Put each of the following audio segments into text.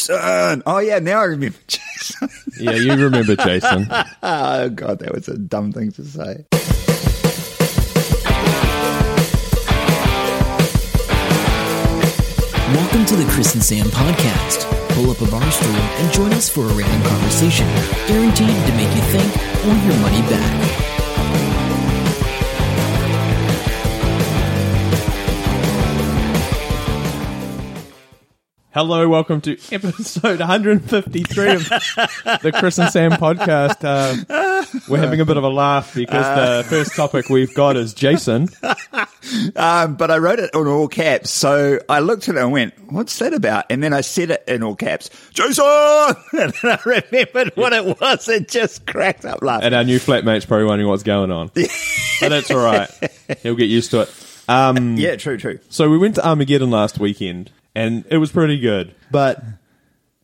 Jason. Oh yeah, now I remember Jason. Yeah, you remember Jason. oh god, that was a dumb thing to say. Welcome to the Chris and Sam podcast. Pull up a bar stool and join us for a random conversation, guaranteed to make you think or your money back. Hello, welcome to episode 153 of the Chris and Sam podcast. Um, we're having a bit of a laugh because the first topic we've got is Jason. Um, but I wrote it in all caps, so I looked at it and went, "What's that about?" And then I said it in all caps, Jason. And then I remembered what it was. It just cracked up laughing. And our new flatmate's probably wondering what's going on. But that's all right. He'll get used to it. Um, yeah, true, true. so we went to Armageddon last weekend and it was pretty good. But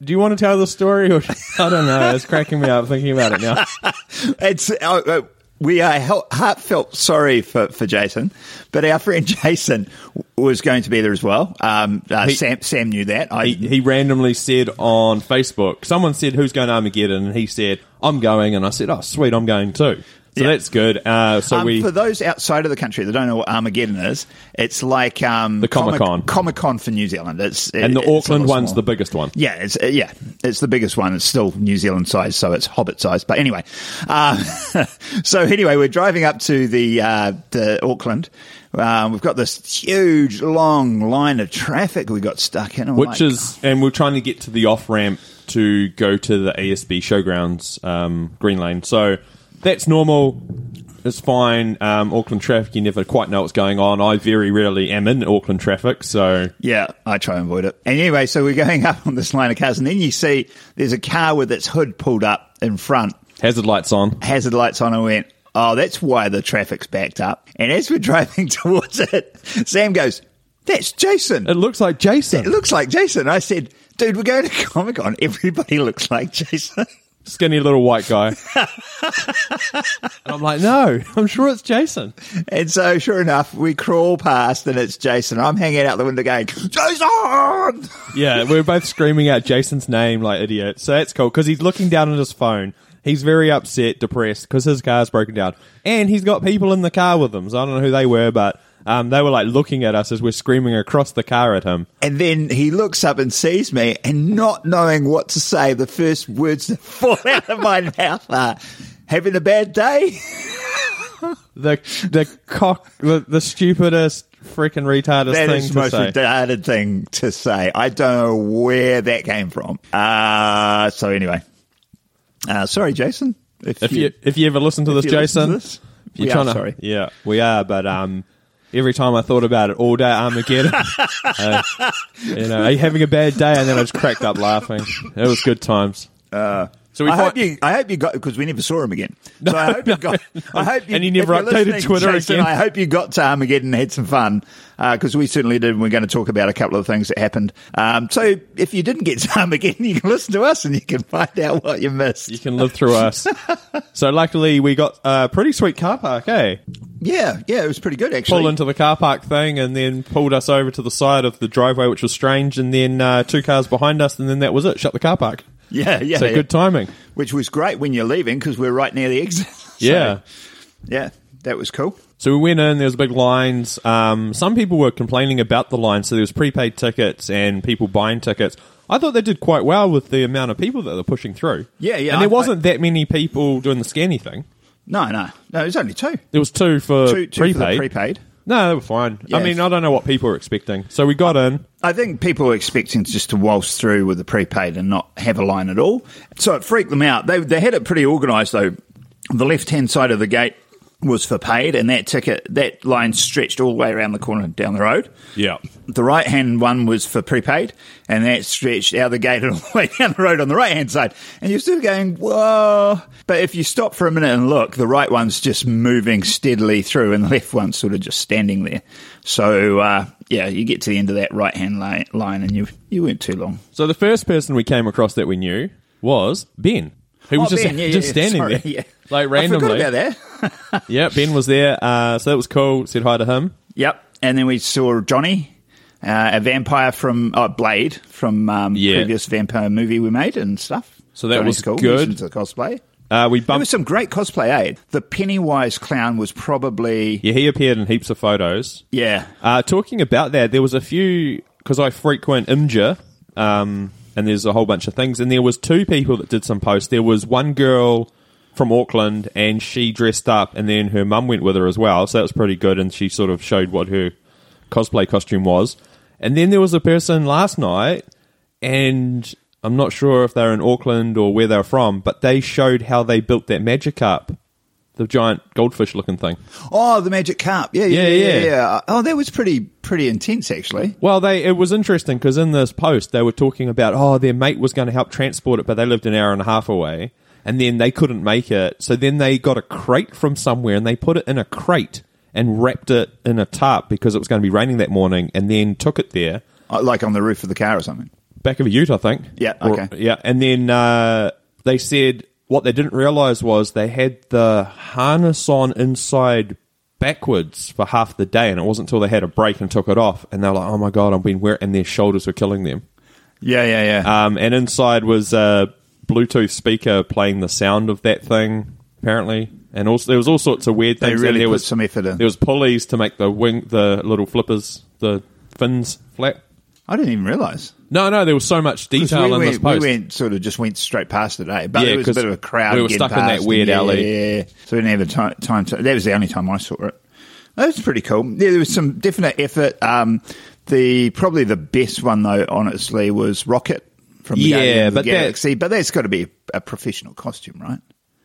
do you want to tell the story? Or I don't know. It's cracking me up thinking about it now. It's uh, uh, we are hel- heartfelt sorry for, for Jason, but our friend Jason w- was going to be there as well. Um, uh, He- Sam Sam knew that. I, he, he randomly said on Facebook, someone said, Who's going to Armageddon? And he said, I'm going. And I said, Oh, sweet, I'm going too. So Yeah. that's good. Uh, so Um, we. for those outside of the country that don't know what Armageddon is, it's like um, The Comic-Con. Comic Con for New Zealand. It's and the it's a Auckland lot one's smaller. the biggest one. Yeah, it's uh, yeah, it's the biggest one. It's still New Zealand size, so it's Hobbit size. But anyway, uh, so anyway, we're driving up to the uh, the Auckland. Uh, we've got this huge long line of traffic we got stuck in, Oh I'm Which like, is, and we're trying to get to the off ramp to go to the ASB showgrounds, um, Green Lane. So that's normal. It's fine. Um, Auckland traffic, you never quite know what's going on. I very rarely am in Auckland traffic. So Yeah, I try and avoid it. And anyway, so we're going up on this line of cars, and then you see there's a car with its hood pulled up in front, hazard lights on. hazard lights on and went, Oh, that's why the traffic's backed up. And as we're driving towards it, Sam goes, That's Jason. It looks like Jason. It looks like Jason. I said, Dude, we're going to Comic Con. Everybody looks like Jason. skinny little white guy. and I'm like, no, I'm sure it's Jason. And so, sure enough, we crawl past and it's Jason. I'm hanging out the window going, Jason! Yeah, we were both screaming out Jason's name like idiots. So that's cool because he's looking down at his phone. He's very upset, depressed because his car's broken down, and he's got people in the car with him. So I don't know who they were, but um, they were like looking at us as we're screaming across the car at him. And then he looks up and sees me, and not knowing what to say, the first words that fall out of my mouth are, Having a bad day? The the cock, the, the stupidest freaking retarded That thing is the to most say. retarded thing to say. I don't know where that came from. Uh, so anyway, uh, sorry, Jason. If you if you ever listen to this, you listen Jason, to this, if you're we are trying to, sorry. Yeah, we are. But um, every time I thought about it all day, Armageddon. uh, you know, are you having a bad day? And then I just cracked up laughing. It was good times. so we Uh, I hope find, you. I hope you got because we never saw him again. So I hope you got. I hope you, And you never if you're updated listening, Twitter Jason, again. I hope you got to Armageddon and had some fun because we certainly did. and We're going to talk about a couple of things that happened. Um, so if you didn't get to Armageddon, you can listen to us and you can find out what you you missed. can live through us. so luckily, we got a pretty sweet car park. eh? Yeah, yeah, it was pretty good actually. pulled into the car park thing, and then pulled us over to the side of the driveway, which was strange. And then uh, two cars behind us, and then that was it. Shut the car park. yeah, yeah, So yeah. good timing. which was great when you're leaving because we're right near the exit. So, Yeah. yeah, that was cool. So we went in. There was big lines. Um, some people were complaining about the line, so there was prepaid tickets and people buying tickets. I thought they did quite well with the amount of people that they're pushing through. Yeah, yeah, And there I- wasn't that many people doing the scanny thing. No, no, no. It was only two. There was two for Two, two Oh, prepaid. for the prepaid. No, they were fine. I Yes. mean, I don't know what people were expecting. So we got in. I think people were expecting just to waltz through with the prepaid and not have a line at all. So it freaked them out. They, they had it pretty organised though. The left hand side of the gate was for paid, and that ticket that line stretched all the way around the corner down the road. Yeah. The right hand one was for prepaid, and that stretched out the gate and all the way down the road on the right hand side. And you're still going, whoa. But if you stop for a minute and look, the right one's just moving steadily through, and the left one's sort of just standing there. So, uh, yeah, you get to the end of that right hand line, line, and you you weren't too long. So the first person we came across that we knew was Ben, who was Oh, just Ben, yeah, yeah, just yeah, standing sorry, there, yeah. like I randomly. forgot about that. Yeah, Ben was there. Uh, so that was cool. Said hi to him. Yep. And then we saw Johnny, uh, a vampire from oh, Blade from um, Yeah. previous vampire movie we made and stuff. So that That was good. To the cosplay. Uh, we There bumped. was some great cosplay, eh? The Pennywise clown was probably yeah, he appeared in heaps of photos. yeah. Uh, talking about that, there was a few because I frequent Imgur, um, and there's a whole bunch of things. And there was two people that did some posts. There was one girl from Auckland, and she dressed up, and then her mum went with her as well. So that was pretty good, and she sort of showed what her cosplay costume was. And then there was a person last night, and I'm not sure if they're in Auckland or where they're from, but they showed how they built that magic up, the giant goldfish looking thing. Oh, the magic carp. Yeah, yeah, Yeah, yeah, yeah. yeah. Oh, that was pretty pretty intense actually. Well, they it was interesting because in this post they were talking about oh their mate was going to help transport it, but they lived an hour and a half away, and then they couldn't make it. So then they got a crate from somewhere and they put it in a crate and wrapped it in a tarp because it was going to be raining that morning, and then took it there Uh, Like on the roof of the car or something. back of a Ute, I think. Yeah, Or- okay. yeah, and then uh, they said what they didn't realize was they had the harness on inside backwards for half the day, and it wasn't until they had a break and took it off, and they were like, "Oh my god, I've been wearing," and their shoulders were killing them. Yeah, yeah, yeah. Um, and inside was a Bluetooth speaker playing the sound of that thing, apparently. And also, there was all sorts of weird They things. really and there put was some effort in. There was pulleys to make the wing, the little flippers, the fins flat. I didn't even realize. No, no, there was so much 'Cause detail we, in went, this post. we went sort of just went straight past it, eh? But Yeah, there was a 'cause bit of a crowd. we were getting stuck in that past and weird yeah, alley. Yeah, yeah. so we didn't have a time, time to. That was the only time I saw it. That was pretty cool. Yeah, there was some definite effort. Um, the probably the best one though, honestly, was Rocket from the Yeah, Guardians of the but that- Galaxy. but that's got to be a professional costume, right?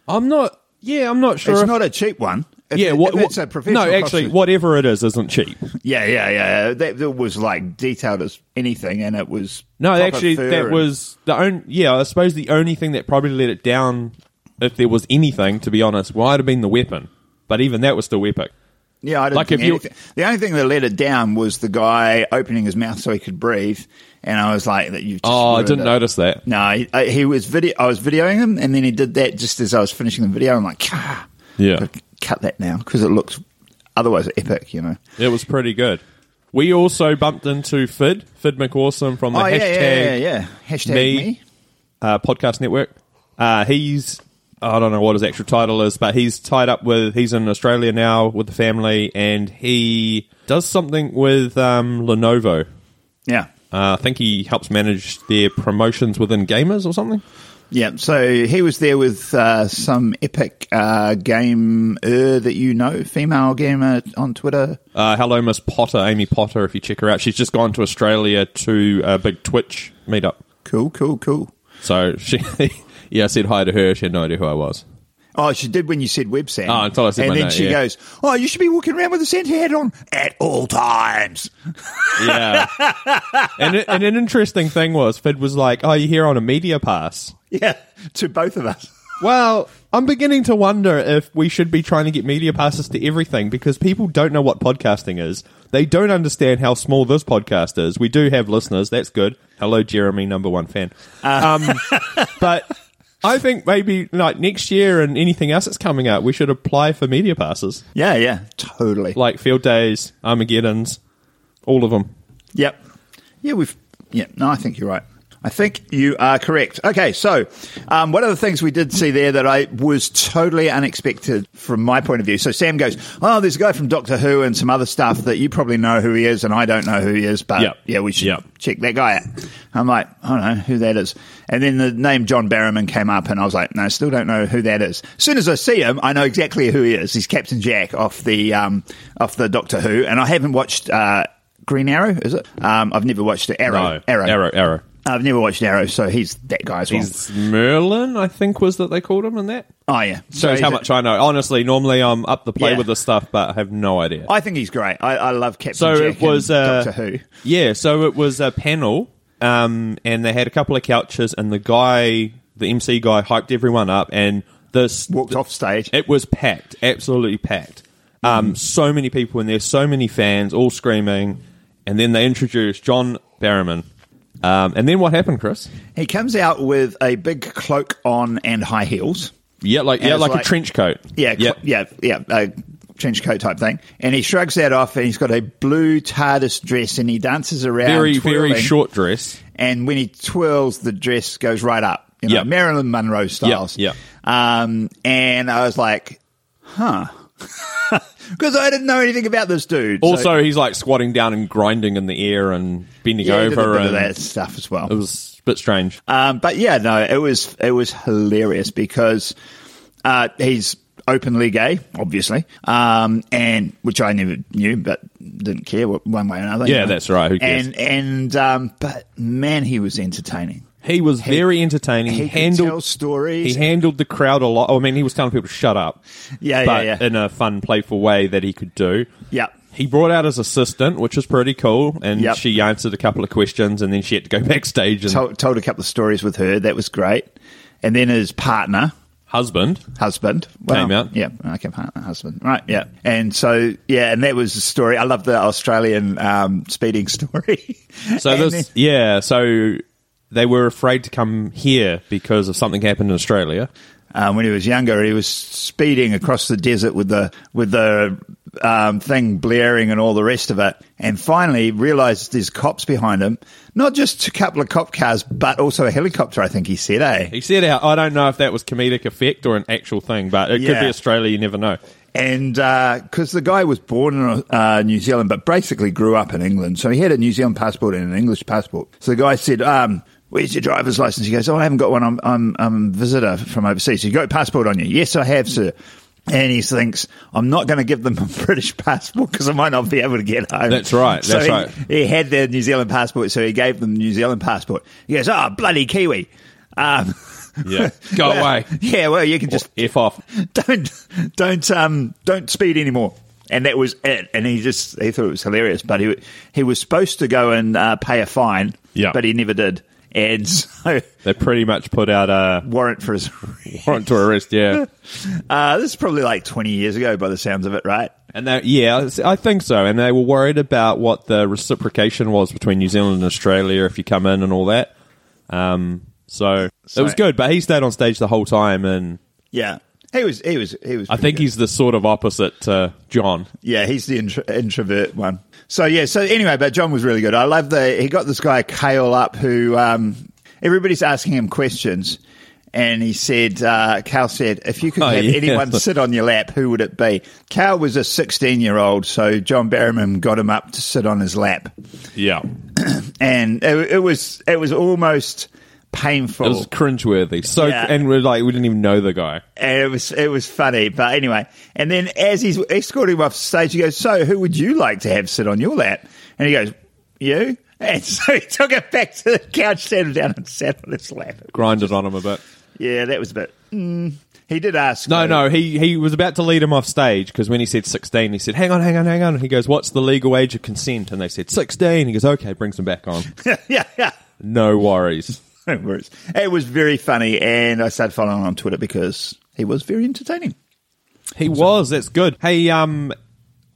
I'm not. Yeah, I'm not sure. It's if- not a cheap one. If- yeah, if what, it's what- a professional. No, actually, costume- whatever it is isn't cheap. Yeah, yeah, yeah. That, that was like detailed as anything, and it was No, proper actually, fur that and- was the only. Yeah, I suppose the only thing that probably let it down, if there was anything, to be honest, might have been the weapon. But even that was still epic. Yeah, I didn't Like, think if you- anything- The only thing that let it down was the guy opening his mouth so he could breathe, and I was like, "That you." Oh, I didn't notice that. No, he, I, he was video. I was videoing him, and then he did that just as I was finishing the video. I'm like, "Gah, Yeah. gotta cut that now because it looks otherwise epic, you know." It was pretty good. We also bumped into Fid, Fid McAwesome from the oh hashtag yeah, yeah, yeah, yeah. Hashtag me. me, Uh, podcast network. Uh, he's I don't know what his actual title is, but he's tied up with he's in Australia now with the family, and he does something with um, Lenovo. Yeah, Uh, I think he helps manage their promotions within gamers or something. yeah. So he was there with uh, some epic uh, game that you know, female gamer on Twitter. Uh, hello, Miss Potter, Amy Potter. If you check her out, she's just gone to Australia to a big Twitch meetup. Cool, cool, cool. So she, yeah, I said hi to her. She had no idea who I was. Oh, she did when you said Web Sam. Oh, until I said And my then name, she yeah. goes, "Oh, you should be walking around with a Santa hat on at all times." Yeah. and, it, and an interesting thing was, Fid was like, "Oh, you're here on a media pass." Yeah, to both of us. Well, I'm beginning to wonder if we should be trying to get media passes to everything because people don't know what podcasting is. They don't understand how small this podcast is. We do have listeners. That's good. Hello, Jeremy, number one fan. Um, but I think maybe like next year and anything else that's coming out, we should apply for media passes Yeah, yeah, totally. like field days, Armageddon's, all of them. Yep. Yeah, we've. Yeah, no, I think you're right. I think you are correct. Okay, so um, one of the things we did see there that I was totally unexpected from my point of view. So Sam goes, "Oh, there's a guy from Doctor Who and some other stuff that you probably know who he is, and I don't know who he is, but Yep. yeah, we should Yep. check that guy out." I'm like, "I don't know who that is," and then the name John Barrowman came up, and I was like, "No, still don't know who that is." As soon as I see him, I know exactly who he is. He's Captain Jack off the um, off the Doctor Who, and I haven't watched. Uh, Green Arrow, is it? Um, I've never watched it. Arrow, Arrow, arrow, arrow. I've never watched Arrow, so he's that guy as well. He's Merlin, I think, was that they called him in that. oh yeah, so Shows he's how a- much I know. Honestly, normally I'm up the play Yeah. with this stuff, but I have no idea. I think he's great. I, I love Captain so Jack it was and uh, Doctor Who. Yeah, so it was a panel, um, and they had a couple of couches, and the guy, the MC guy, hyped everyone up, and this Walked off stage. It was packed, absolutely packed. Um, So many people in there, so many fans, all screaming, and then they introduced John Barrowman. Um, and then what happened, Chris? He comes out with a big cloak on and high heels. Yeah, like And yeah, it's like, like- a trench coat. Yeah, yeah, cl- yeah, yeah. Uh, trench coat type thing. And he shrugs that off and he's got a blue TARDIS dress and he dances around. Very, very twirling. short dress. And when he twirls, the dress goes right up. You know, Yep. Marilyn Monroe styles. yep. Um, and I was like, huh. Because I didn't know anything about this dude. So- Also, he's like squatting down and grinding in the air and bending yeah, he did a over, um, bit of and that it stuff as well. was a bit strange. Um, but yeah, no, it was it was hilarious because uh, he's openly gay, obviously, um, and which I never knew, but didn't care wh- one way or another. Yeah, that's right, who cares? And and um, but man, he was entertaining. He was very entertaining. He He could tell handled stories. he handled the crowd a lot. I mean, he was telling people to shut up. Yeah, yeah, but yeah. in a fun, playful way that he could do. Yeah. He brought out his assistant, which was pretty cool, and Yep. she answered a couple of questions, and then she had to go backstage and told, told a couple of stories with her. That was great. And then his partner, husband. husband Came out. Yeah, okay, partner, husband, right? Yeah, and so yeah, and that was the story. I love the Australian um, speeding story. So And this, then- yeah, so they were afraid to come here because of something happened in Australia. um, when he was younger, he was speeding across the desert with the with the um, thing blaring and all the rest of it. And finally, he realised there's cops behind him. Not just a couple of cop cars, but also a helicopter. I think he said, "Eh." He said, "I don't know if that was comedic effect or an actual thing, but it could Yeah. be Australia. You never know." And because the guy was born in uh, New Zealand, but basically grew up in England, so he had a New Zealand passport and an English passport. So the guy said, um, "Where's your driver's license?" He goes, "Oh, I haven't got one. I'm I'm, I'm a visitor from overseas. You got a passport on you? Yes, I have, sir." And he thinks, "I'm not going to give them a British passport because I might not be able to get home." That's right, So that's he- right. He had their New Zealand passport, so he gave them the New Zealand passport. He goes, "Oh, bloody Kiwi." Um, Yeah, go well, away. Yeah, well, you can just Just f off. don't don't um don't speed anymore and that was it and he just he thought it was hilarious but he he was supposed to go and uh, pay a fine Yeah. but he never did and so They pretty much put out a warrant for his warrant to arrest. Yeah, uh this is probably like 20 years ago by the sounds of it right and they, yeah, I think so. And they were worried about what the reciprocation was between New Zealand and Australia if you come in and all that. Um, so, it was good, but he stayed on stage the whole time, and yeah he was he was he was I think he's the sort of opposite to John. yeah he's the intro- introvert one so yeah so anyway but john was really good i love the he got this guy kale up who um everybody's asking him questions and he said, uh, Cal said, if you could Oh, have yeah. anyone sit on your lap, who would it be? Cal was a 16 year old, so John Barrowman got him up to sit on his lap. Yeah, And it, it was it was almost painful. it was cringeworthy. So, Yeah. and we're like, we didn't even know the guy. and it was it was funny. But anyway, and then as he's escorting him off stage, he goes, "So, who would you like to have sit on your lap?" And he goes, "You." And so he took it back to the couch, sat him down, and sat on his lap. Grinded on him a bit. Yeah, that was a bit. Mm. He did ask. No, though. no, he, he was about to lead him off stage because when he said 16, he said, hang on, hang on, hang on. And he goes, what's the legal age of consent? And they said, 16. He goes, okay, brings him back on. yeah, yeah. No worries. No worries. It was very funny, and I started following him on Twitter because he was very entertaining. He was, that's good. Hey, um,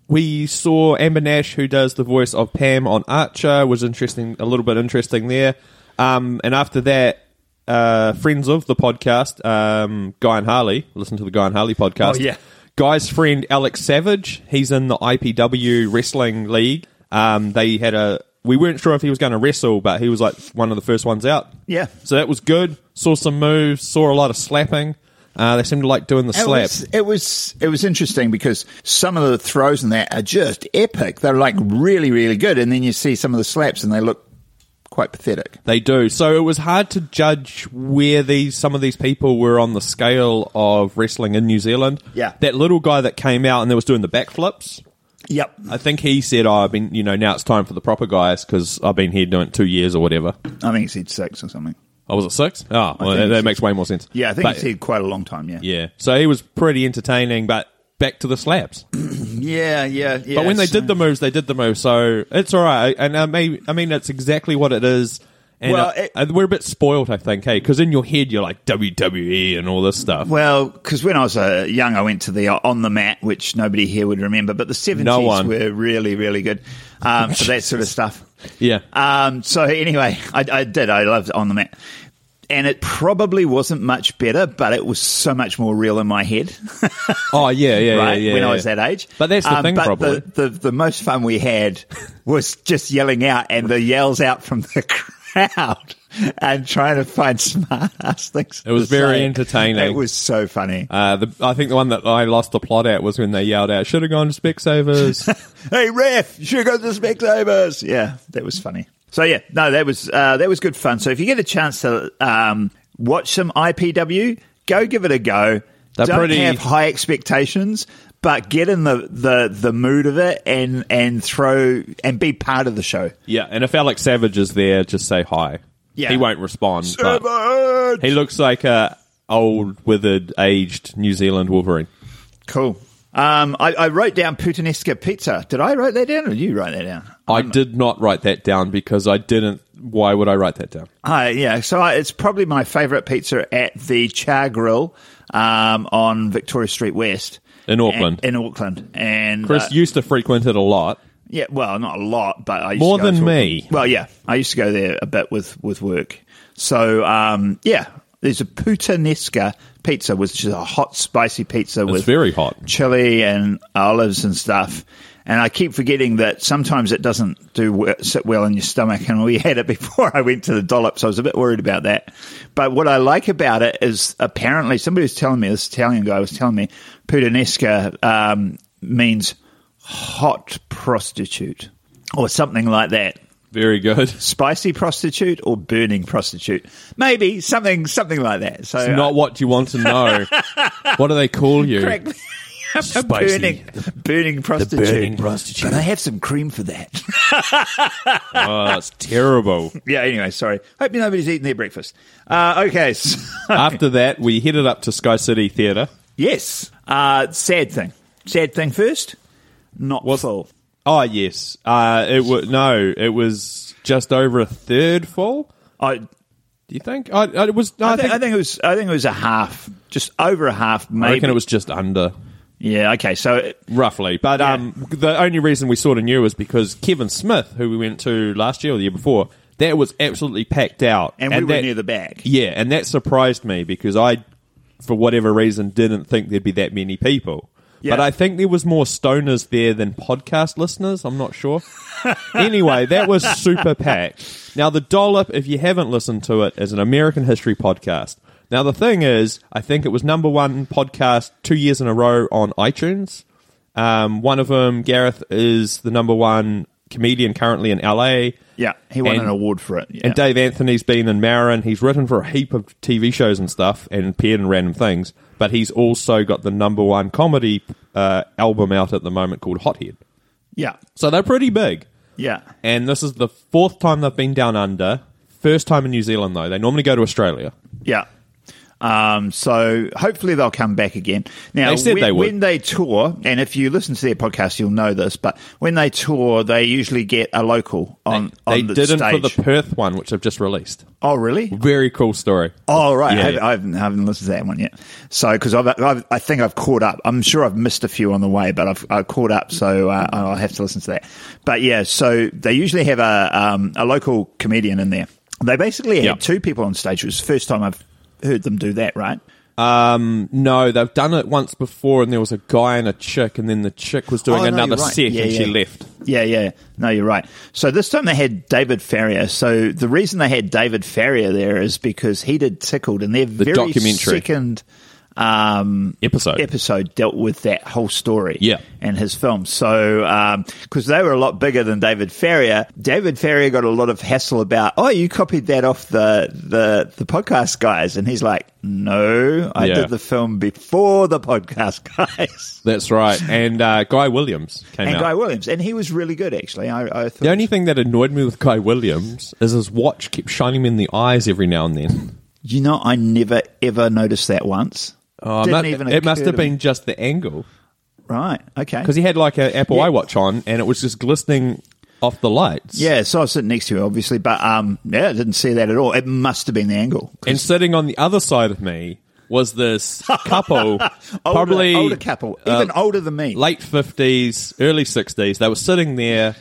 we saw Amber Nash, who does the voice of Pam on Archer, was interesting, a little bit interesting there. Um, and after that, uh, friends of the podcast, um, Guy and Harley, listen to the Guy and Harley podcast. Oh, yeah. Guy's friend Alex Savage, he's in the IPW Wrestling League. Um, they had a. We weren't sure if he was going to wrestle, but he was like one of the first ones out. Yeah. So that was good. Saw some moves, saw a lot of slapping. Uh, they seemed to like doing the It slap. was, it was it was interesting because some of the throws in there are just epic. They're like really really good, and then you see some of the slaps and they look quite pathetic. They do. So it was hard to judge where these some of these people were on the scale of wrestling in New Zealand. Yeah. That little guy that came out and that was doing the backflips. Yep. I think he said, "Oh, I've been, you know, now it's time for the proper guys because I've been here doing it two years or whatever." I think he said six or something. Oh, was it six? Oh, well, think that, he that said- makes way more sense. Yeah, I think But- he said quite a long time. Yeah. yeah. So he was pretty entertaining, but back to the slaps. Yeah, yeah, yeah. But when they so- did the moves, they did the moves, so it's all right. And I may, I mean, that's exactly what it is. And Well, uh, it- uh, we're a bit spoiled, I think, hey, because in your head you're like WWE and all this stuff. Well, because when I was uh, young, I went to the uh, on the mat, which nobody here would remember, but the seventies No one. were really, really good um, for that sort of stuff. Yeah. Um, so anyway, I, I did. I loved on the mat, and it probably wasn't much better, but it was so much more real in my head. Oh yeah, yeah, right? yeah, yeah. when I yeah. was that age. Um, But that's the thing, but probably. The, the, the most fun we had was just yelling out and the yells out from the crowd and trying to find smart ass things. It was to very say. entertaining. It was so funny. Uh, the, I think the one that I lost the plot at was when they yelled out, "Should have gone to Specsavers." hey, ref, you should go to the Specsavers. Yeah, that was funny. So yeah, no, that was uh, that was good fun. So if you get a chance to um, watch some IPW, go give it a go. They're Don't pretty- have high expectations, but get in the, the, the mood of it and and throw and be part of the show. yeah, and if Alex Savage is there, just say hi. Yeah. he won't respond. but Savage! he looks like a old, withered, aged New Zealand Wolverine. Cool. Um, I, I wrote down Putanesca pizza. Did I write that down, or did you write that down? I did not write that down because I didn't. Why would I write that down? Uh, yeah, so I, it's probably my favourite pizza at the Char Grill um, on Victoria Street West In Auckland. And- in Auckland, and Chris uh, used to frequent it a lot. yeah, well, not a lot, but I used More to go than to me. Auckland. Well, yeah, I used to go there a bit with with work. So um, yeah, there's a Putanesca pizza, which is a hot spicy pizza It's with very hot. chili and olives and stuff. And I keep forgetting that sometimes it doesn't do we- sit well in your stomach. And we had it before I went to the dollops. I was a bit worried about that. But what I like about it is apparently somebody was telling me, this Italian guy was telling me, puttanesca um, means hot prostitute or something like that. Very good. Spicy prostitute or burning prostitute, maybe something something like that. So It's not what you want to know. what do they call you? Correct. A Spicy. burning, burning prostitute. burning prostitute. But I have some cream for that. Oh, that's terrible. yeah. Anyway, sorry. Hope nobody's eaten their breakfast. Uh, okay. so- After that, we headed up to Sky City Theatre. yes. Uh, sad thing. Sad thing first. Not full. Oh yes, uh, it was no, it was just over a third full. I, Do you think? I, I it was. no, I, I, think, think, I think it was. I think it was a half, just over a half, I maybe. reckon it was just under, yeah. Okay. So it- roughly. But um, the only reason we sort of knew was because Kevin Smith, who we went to last year or the year before, that was absolutely packed out, and, we were that- near the back. Yeah, and that surprised me because I, for whatever reason, didn't think there'd be that many people. Yeah. But I think there was more stoners there than podcast listeners. I'm not sure. anyway, that was super packed. Now, the dollop, if you haven't listened to it, is an American history podcast. Now, the thing is, I think it was number one podcast two years in a row on iTunes. Um, one of them, Gareth, is the number one comedian currently in LA. Yeah. He won And- an award for it. Yeah. And Dave Anthony's been in Marin. He's written for a heap of TV shows and stuff and appeared in random things. But he's also got the number one comedy uh, album out at the moment called Hothead. yeah. So they're pretty big. Yeah. And this is the fourth time they've been down under. First time in New Zealand, though. They normally go to Australia. Yeah. Um, so hopefully they'll come back again. Now, They said when, they would. when they tour, and if you listen to their podcast, you'll know this. But when they tour, they usually get a local on They Mm. on the didn't stage. for the Perth one, which I've just released. oh, really? Very cool story. Oh, right. Yeah. I, haven't- I haven't, I haven't listened to that one yet. So because I've, I've, I think I've caught up. I'm sure I've missed a few on the way, but I've, I've caught up. So uh, I'll have to listen to that. But yeah, so they usually have a um, a local comedian in there. They basically had Yeah. two people on stage. It was the first time I've heard them do that. Right. No, they've done it once before, and there was a guy and a chick, and then the chick was doing Oh, no, another you're right. set, Yeah, and she yeah. left. Yeah, yeah. No, you're right. So this time they had David Farrier. So the reason they had David Farrier there is because he did Tickled, and their very documentary. second um, Episode. episode dealt with that whole story. Yeah. and his film. So because they were a lot bigger than David Farrier, David Farrier got a lot of hassle about. Oh, you copied that off the the the podcast guys, and he's like, No, I Yeah. did the film before the podcast guys. That's right. And uh, Guy Williams came And out. Guy Williams, and he was really good actually. I, I thought the only thing that annoyed me with Guy Williams is his watch kept shining him in the eyes every now and then. You know, I never ever noticed that once. Oh, Didn't mu- even it must occur have to me. been just the angle right. Okay. because he had like an Apple Yeah. iWatch on and it was just glistening off the lights. yeah, so I was sitting next to him, obviously, but um, yeah, I didn't see that at all. It must have been the angle. And sitting on the other side of me was this couple, Older, probably older couple, even uh, older than me. late 50s, early 60s. They were sitting there,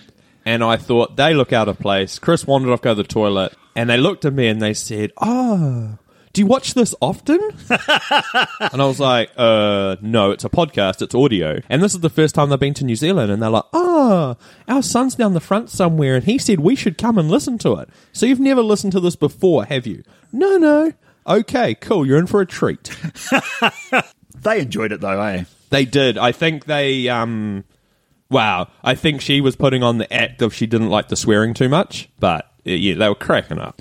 and I thought, they look out of place. Chris wandered off, go to the toilet, And they looked at me and they said, Oh, do you watch this often? and I was like, uh, no, it's a podcast, it's audio. And this is the first time they've been to New Zealand. And they're like, oh, our son's down the front somewhere. And he said we should come and listen to it. So you've never listened to this before, have you? No, no. Okay, cool. You're in for a treat. They enjoyed it though, eh? They did. I think they. Um, wow. I think she was putting on the act of she didn't like the swearing too much, but uh, yeah, they were cracking up.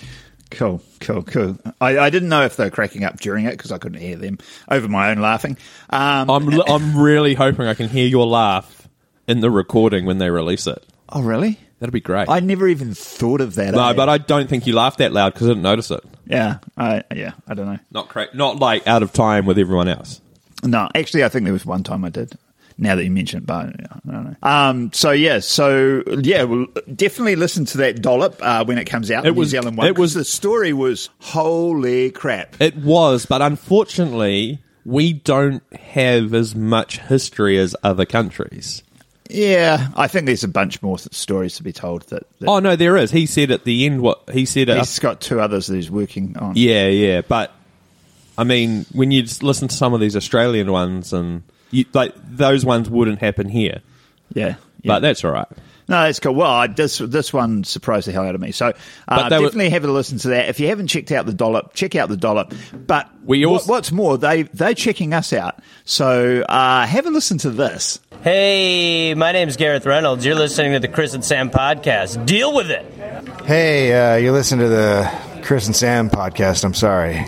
Cool, cool, cool. I, I didn't know if they were cracking up during it because I couldn't hear them over my own laughing. Um, I'm li- I'm really hoping I can hear your laugh in the recording when they release it. oh, really? That'd be great. I never even thought of that. no, eh? but I don't think you laughed that loud because I didn't notice it. yeah, I, yeah, I don't know. Not cra- Not like out of time with everyone else. No, actually, I think there was one time I did. Now that you mention it, but yeah, I don't know. Um, so yeah, so yeah, well, definitely listen to that dollop uh, when it comes out. It was- New Zealand one. it was- 'cause the story was holy crap. It was, but unfortunately, we don't have as much history as other countries. Yeah, I think there's a bunch more th- stories to be told that, that Oh no, there is. He said at the end what he said. he's got two others that he's working on. Yeah, yeah, but I mean, when you just listen to some of these Australian ones, and you, like those ones wouldn't happen here, yeah, yeah. but that's all right. No, that's cool. Well, I, this this one surprised the hell out of me. So uh, they were- definitely have a listen to that. If you haven't checked out the dollop, check out the dollop. But We what- also- what's more, they they're checking us out. So uh, have a listen to this. Hey, my name's Gareth Reynolds. You're listening to the Chris and Sam podcast. Deal with it. Hey, uh, you listen to the Chris and Sam podcast. I'm sorry.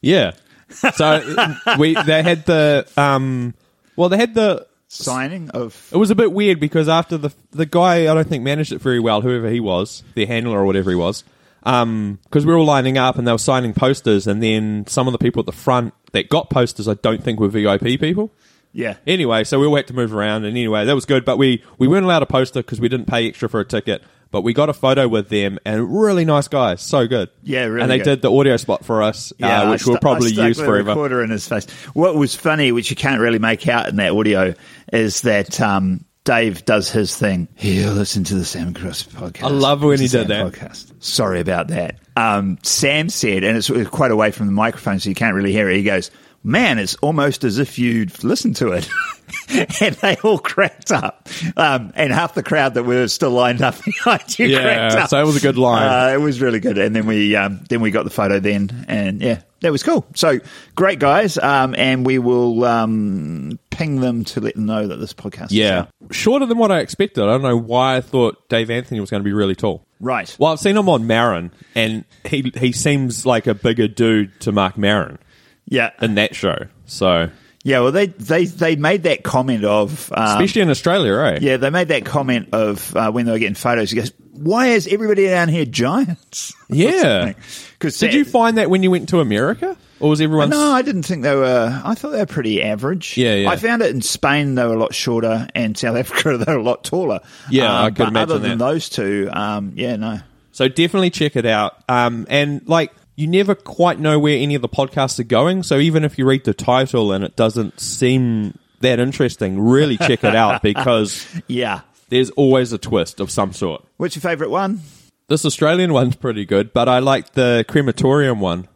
Yeah. So we they had the um, well they had the Signing of it was a bit weird because after the the guy I don't think managed it very well, whoever he was, the handler or whatever he was, because we were all lining up and they were signing posters, and then some of the people at the front that got posters I don't think were VIP people. yeah, Anyway, so we all had to move around, and anyway, that was good. But we we weren't allowed a poster because we didn't pay extra for a ticket. But we got a photo with them, and really nice guys, so good. Yeah, really And they good. did the audio spot for us, yeah, uh, I which stu- we'll probably I stuck use with A forever. recorder in his face. What was funny, which you can't really make out in that audio, is that. Um, Dave does his thing. Here, listen to the Sam and Chris podcast. I love when he Chris and did Sam that. podcast. Sorry about that. Um, Sam said, and it's quite away from the microphone, so you can't really hear it. He goes, "Man, it's almost as if you'd listened to it." and they all cracked up, um, and half the crowd that were still lined up behind you Yeah, cracked up. so it was a good line. Uh, it was really good, and then we um, then we got the photo then, and yeah, that was cool. So great guys, um, and we will um, ping them to let them know that this podcast. is Yeah, out. shorter than what I expected. I don't know why I thought Dave Anthony was going to be really tall. Right. Well, I've seen him on Marin, and he he seems like a bigger dude to Mark Marin yeah, in that show. Um, So yeah. Well, they they they made that comment of. Um, especially in Australia, eh? right? yeah, they made that comment of uh, when they were getting photos. He goes, "Why is everybody down here giants?" yeah. Because Did you find that when you went to America, or was everyone? No, I didn't think they were. I thought they were pretty average. Yeah, yeah. I found it in Spain they were a lot shorter, and South Africa they were a lot taller. Um, Yeah, I could but imagine Other than that. those two, um, yeah, no. So definitely check it out. Um, and like you never quite know where any of the podcasts are going. So even if you read the title and it doesn't seem that interesting, really check it out because Yeah. there's always a twist of some sort. What's your favourite one? This Australian one's pretty good, but I like the crematorium one.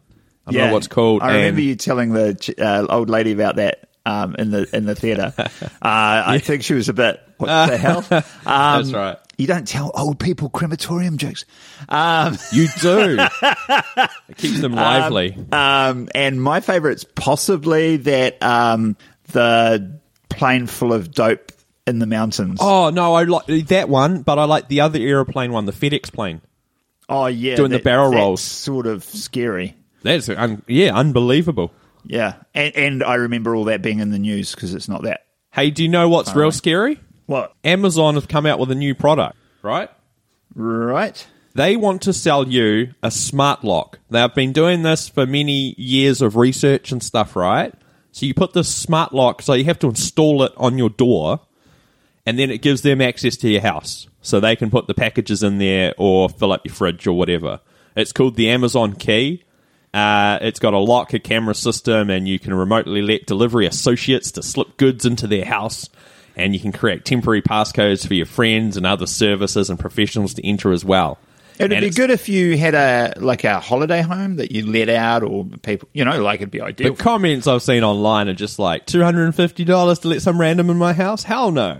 I don't know what's called. I remember and- you telling the ch- uh, old lady about that um, in the in the theatre. Uh, I think she was a bit. What the hell? Um, That's right. You don't tell old people crematorium jokes. You do. it keeps them lively. Um, and my favorite's possibly that um, the plane full of dope in the mountains. Oh, oh no, I like that one, but I like the other aeroplane one, the FedEx plane. Oh, yeah, Doing the barrel that's rolls. sort of scary. That's un- yeah, unbelievable. Yeah, and and I remember all that being in the news because it's not that. Hey, do you know what's real scary? What Amazon have come out with a new product, right? right? They want to sell you a smart lock. They've been doing this for many years of research and stuff, right? So you put this smart lock, so you have to install it on your door, and then it gives them access to your house. So they can put the packages in there or fill up your fridge or whatever. It's called the Amazon Key. Uh, it's got a lock, a camera system, and you can remotely let delivery associates to slip goods into their house. and you can create temporary passcodes for your friends and other services and professionals to enter as well. It'd And be it's- good if you had a like a holiday home that you let out, or people, you know, like it'd be The ideal. comments I've seen online are just like two hundred and fifty dollars to let some random in my house. Hell no!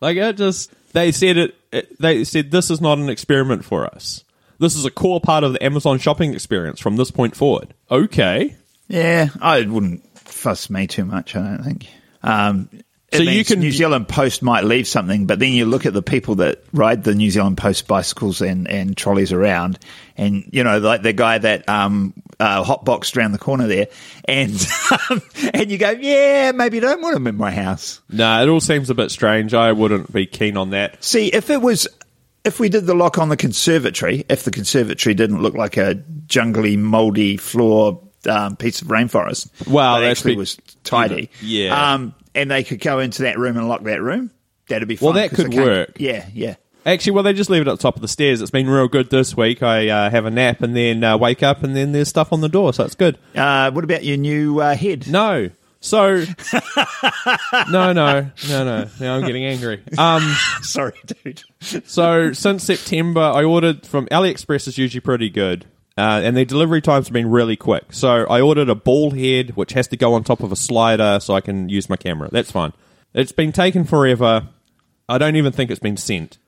Like it just they said it, it. They said this is not an experiment for us. This is a core part of the Amazon shopping experience from this point forward. Okay, yeah, I wouldn't fuss me too much. I don't think. Um, it So you means can- New Zealand Post might leave something, but then you look at the people that ride the New Zealand Post bicycles and, and trolleys around, and you know, like the guy that um, uh, hot boxed around the corner there, and um, and you go, yeah, maybe I don't want him in my house. no, it all seems a bit strange. I wouldn't be keen on that. See, if it was, if we did the lock on the conservatory, if the conservatory didn't look like a jungly, mouldy floor um, piece of rainforest, Wow, but that's actually be- was tidy. Yeah. um, and they could go into that room and lock that room. That'd be fine. Well, that 'cause they could can't- work. Yeah, yeah. Actually, well, they just leave it at the top of the stairs. It's been real good this week. I uh, have a nap and then uh, wake up and then there's stuff on the door, so it's good. Uh, what about your new uh, head? No. So, no, no, no, no. Now I'm getting angry. Um, Sorry, dude. so since September, I ordered from AliExpress is usually pretty good, uh, and their delivery times have been really quick. So I ordered a ball head, which has to go on top of a slider, so I can use my camera. That's fine. It's been taken forever. I don't even think it's been sent.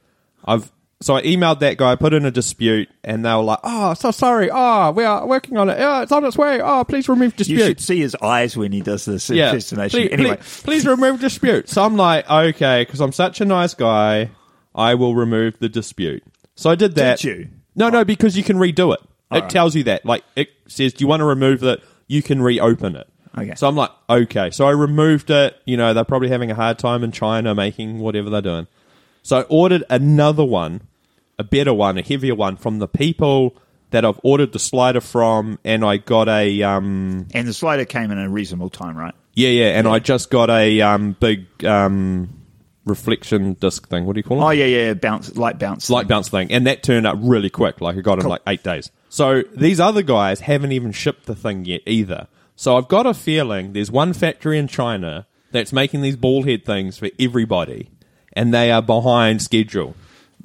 I've so I emailed that guy, put in a dispute, and they were like, "Oh, so sorry. Oh, we are working on it. Oh, it's on its way. Oh, please remove You dispute." should see his eyes when he does this impersonation. Please, anyway, please, please remove dispute. So I'm like, okay, because I'm such a nice guy, I will remove the dispute. So I did that. Did you? No, no, because you can redo it. it tells you that. Like it says, do you want to remove that? You can reopen it. Okay. So I'm like, okay. So I removed it. You know, they're probably having a hard time in China making whatever they're doing. So I ordered another one, a better one, a heavier one from the people that I've ordered the slider from, and I got a um, and the slider came in a reasonable time, right? yeah, yeah, and I just got a um, big um, reflection disc thing. What do you call it? Oh yeah, yeah, bounce, light bounce, Light bounce thing, and that turned up really quick. Like I got in like eight days. So these other guys haven't even shipped the thing yet either. So I've got a feeling there's one factory in China that's making these ball head things for everybody, and they are behind schedule.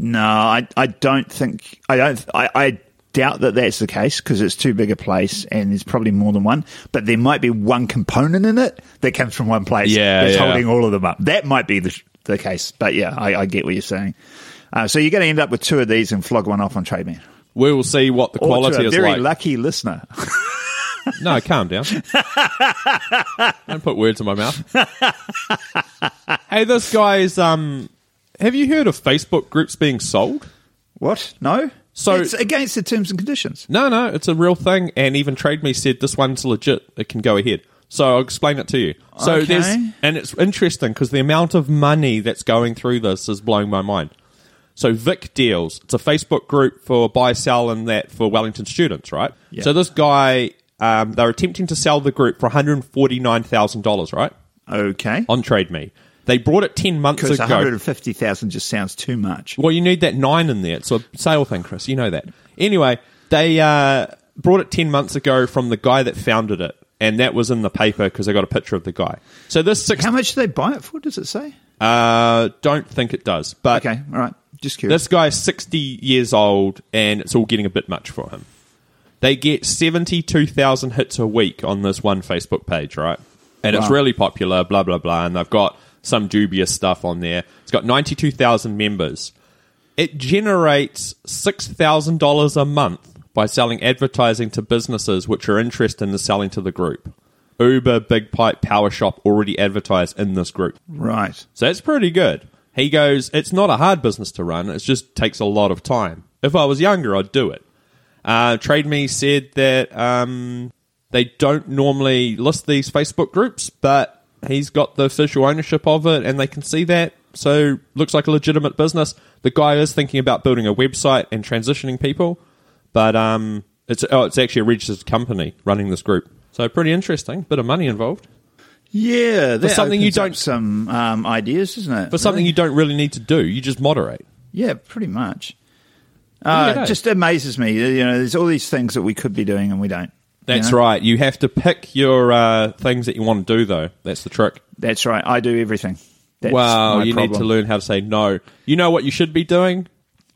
No, I, I don't think I don't I, I doubt that that's the case because it's too big a place and there's probably more than one. But there might be one component in it that comes from one place. Yeah, that's yeah. holding all of them up. That might be the the case. But yeah, I, I get what you're saying. Uh, so you're going to end up with two of these and flog one off on TradeMan. We will see what the Or quality to Oh, a is very like. lucky listener. No, calm down. Don't put words in my mouth. hey, this guy's. Um, have you heard of Facebook groups being sold? what? No. So- it's against the terms and conditions. No, no, it's a real thing. And even Trade Me said this one's legit. It can go ahead. So I'll explain it to you. So Okay. there's, and it's interesting because the amount of money that's going through this is blowing my mind. So Vic Deals, it's a Facebook group for buy, sell, and that for Wellington students, right? Yeah. So this guy, um, they're attempting to sell the group for one hundred forty nine thousand dollars, right? Okay. on Trade Me. They brought it 10 months Because ago. 150,000 just sounds too much. Well, you need that nine in there. It's a sale thing, Chris. You know that. Anyway, they uh, brought it 10 months ago from the guy that founded it. And that was in the paper because I got a picture of the guy. So this six, How much do they buy it for? Does it say? uh, don't think it does, but Okay. All right. Just curious. this guy's 60 years old and it's all getting a bit much for him. They get 72,000 hits a week on this one Facebook page, right? And it's Wow. really popular, blah, blah, blah. And they've got some dubious stuff on there. It's got 92,000 members. It generates $6,000 a month by selling advertising to businesses which are interested in selling to the group. Uber, Big Pipe, Power Shop already advertise in this group. right. So it's pretty good. He goes, it's not a hard business to run. It just takes a lot of time. If I was younger, I'd do it. Uh, Trade Me said that um, they don't normally list these Facebook groups, but he's got the official ownership of it, and they can see that. So looks like a legitimate business. The guy is thinking about building a website and transitioning people, but um, it's oh, it's actually a registered company running this group. So pretty interesting. Bit of money involved. Yeah, that something you opens up don't- some um, ideas, isn't it? For something you don't really need to do, you just moderate. yeah, pretty much. Yeah, Uh, no. it just amazes me. You know, there's all these things that we could be doing and we don't. That's you know? right. You have to pick your uh, things that you want to do, though. That's the trick. That's right. I do everything. That's wow, my you need to problem. learn how to say no. You know what you should be doing?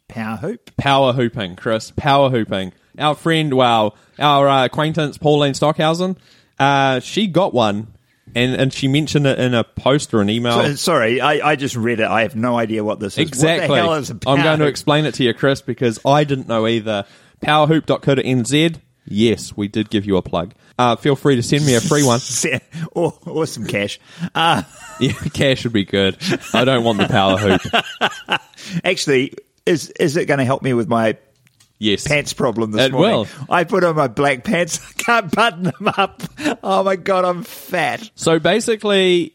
Power hoop. Power hooping, Chris. Power hooping. Our friend, wow, our uh, acquaintance Pauline Stockhausen, uh, she got one, and and she mentioned it in a post or an email. So- Uh, Sorry, I, I just read it. I have no idea what this is. Exactly. What the hell is a power I'm going to hoop? explain it to you, Chris, because I didn't know either. Powerhoop.co.nz. Yes, we did give you a plug. Uh, feel free to send me a free one. or, or some cash. Uh, Yeah, cash would be good. I don't want the power hoop. actually, is is it going to help me with my Yes. pants problem this It morning? will. I put on my black pants. I can't button them up. Oh my god, I'm fat. So basically,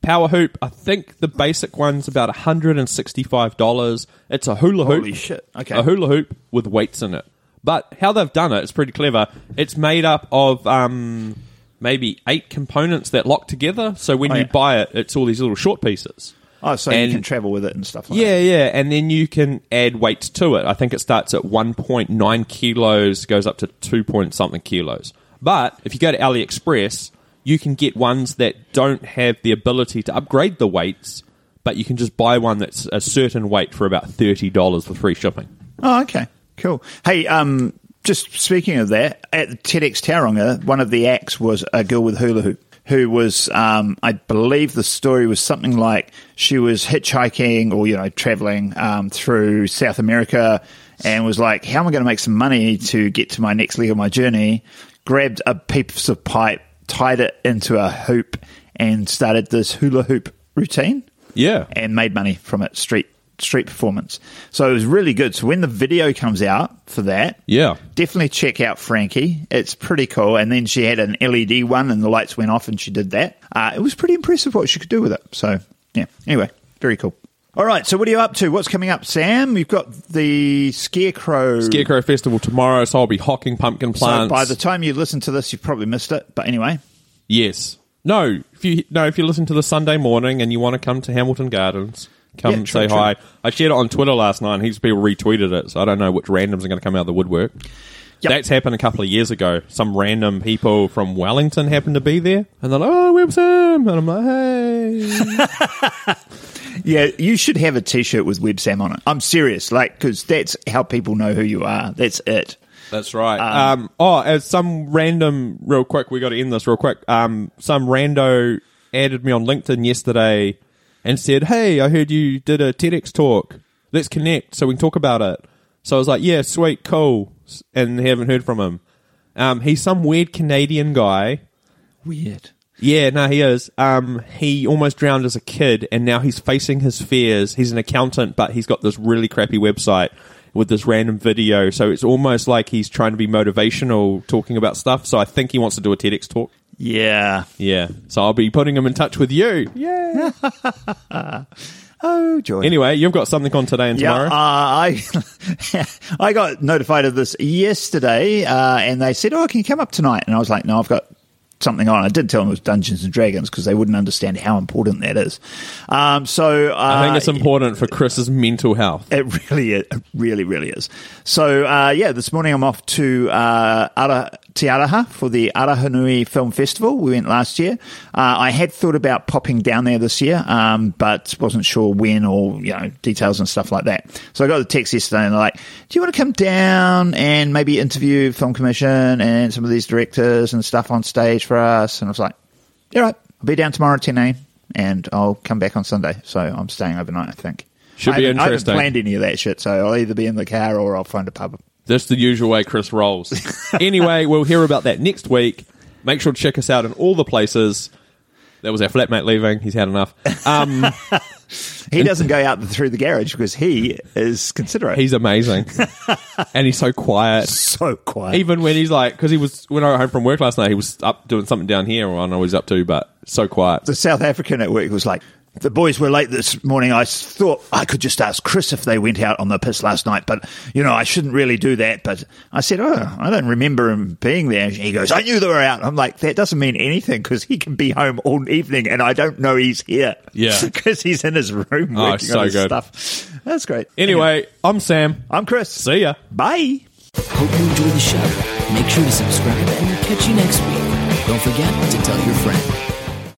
Power Hoop, I think the basic one's about $165. It's a hula hoop. Holy shit, okay. A hula hoop with weights in it. But how they've done it is pretty clever. It's made up of um, maybe eight components that lock together. So when Oh, you yeah. buy it, it's all these little short pieces. Oh, so And- you can travel with it and stuff like that. Yeah, yeah, and then you can add weights to it. I think it starts at 1.9 kilos, goes up to 2 point something kilos. But if you go to AliExpress, you can get ones that don't have the ability to upgrade the weights, but you can just buy one that's a certain weight for about $30 with free shipping. Oh, okay. Cool. Hey, um, just speaking of that, at TEDx Tauranga, one of the acts was a girl with hula hoop who was, um, I believe the story was something like she was hitchhiking or, you know, traveling um, through South America and was like, how am I going to make some money to get to my next leg of my journey? Grabbed a piece of pipe, tied it into a hoop, and started this hula hoop routine Yeah. and made money from it street street performance. So it was really good. So when the video comes out for that, Yeah. definitely check out Frankie. It's pretty cool. And then she had an LED one, and the lights went off, and she did that. Uh, it was pretty impressive what she could do with it. So yeah. Anyway, very cool. All right. So what are you up to? What's coming up, Sam? You've got the scarecrow. Scarecrow Festival tomorrow, so I'll be hocking pumpkin So plants. by the time you listen to this, you've probably missed it. But anyway, yes. No, if you no, if you listen to the Sunday morning and you want to come to Hamilton Gardens, come Yeah, true, say true. hi. I shared it on Twitter last night. and Heaps of people retweeted it, so I don't know which randoms are going to come out of the woodwork. Yep. That's happened a couple of years ago. Some random people from Wellington happened to be there, and they're like, "Oh, we're Sam," and I'm like, "Hey." Yeah, you should have a T-shirt with Web Sam on it. I'm serious, like because that's how people know who you are. That's it. That's right. Um, oh, as some random, real quick, we got to end this real quick. Um, some rando added me on LinkedIn yesterday and said, "Hey, I heard you did a TEDx talk. Let's connect so we can talk about it." So I was like, "Yeah, sweet, cool," S- and haven't heard from him. Um, he's some weird Canadian guy. Weird. Yeah, no, he is. Um, he almost drowned as a kid, and now he's facing his fears. He's an accountant, but he's got this really crappy website with this random video. So it's almost like he's trying to be motivational, talking about stuff. So I think he wants to do a TEDx talk. Yeah. Yeah. So I'll be putting him in touch with you. Yeah. Oh joy. Anyway, you've got something on today and yeah, tomorrow. uh, I I got notified of this yesterday, uh, and they said, "Oh, can you come up tonight?" And I was like, "No, I've got something on." I did tell them it was Dungeons and Dragons because they wouldn't understand how important that is. Um, so uh, I think it's important for Chris's mental health. It really, is. it really, really is. So, uh, yeah, this morning I'm off to uh, Ara, Te Araha for the Arahanui Film Festival. We went last year. Uh, I had thought about popping down there this year, um, but wasn't sure when or you know details and stuff like that. So I got the text yesterday, and they're like, "Do you want to come down and maybe interview Film Commission and some of these directors and stuff on stage for us?" And I was like, "All right, I'll be down tomorrow at 10 a.m." And I'll come back on Sunday, so I'm staying overnight. I think. Should I be haven't- interesting. I haven't planned any of that shit, so I'll either be in the car or I'll find a pub. That's the usual way Chris rolls. anyway, we'll hear about that next week. Make sure to check us out in all the places. That was our flatmate leaving. He's had enough. Um, He doesn't go out through the garage because he is considerate. He's amazing, and he's so quiet. so quiet. Even when he's like, because he was when I got home from work last night, he was up doing something down here. Or I don't know what he's up to, but so quiet. the South African at work was like, the boys were late this morning. I s- thought I could just ask Chris if they went out on the piss last night, but you know I shouldn't really do that. But I said, oh, I don't remember him being there. He goes, I knew they were out. I'm like, that doesn't mean anything because he can be home all evening, and I don't know he's here. Yeah. because he's in his room working Oh, on so his good. stuff. That's great. Anyway, I'm Sam. I'm Chris. See ya. Bye. Hope you enjoy the show. Make sure to subscribe and we'll catch you next week. Don't forget to tell your friend.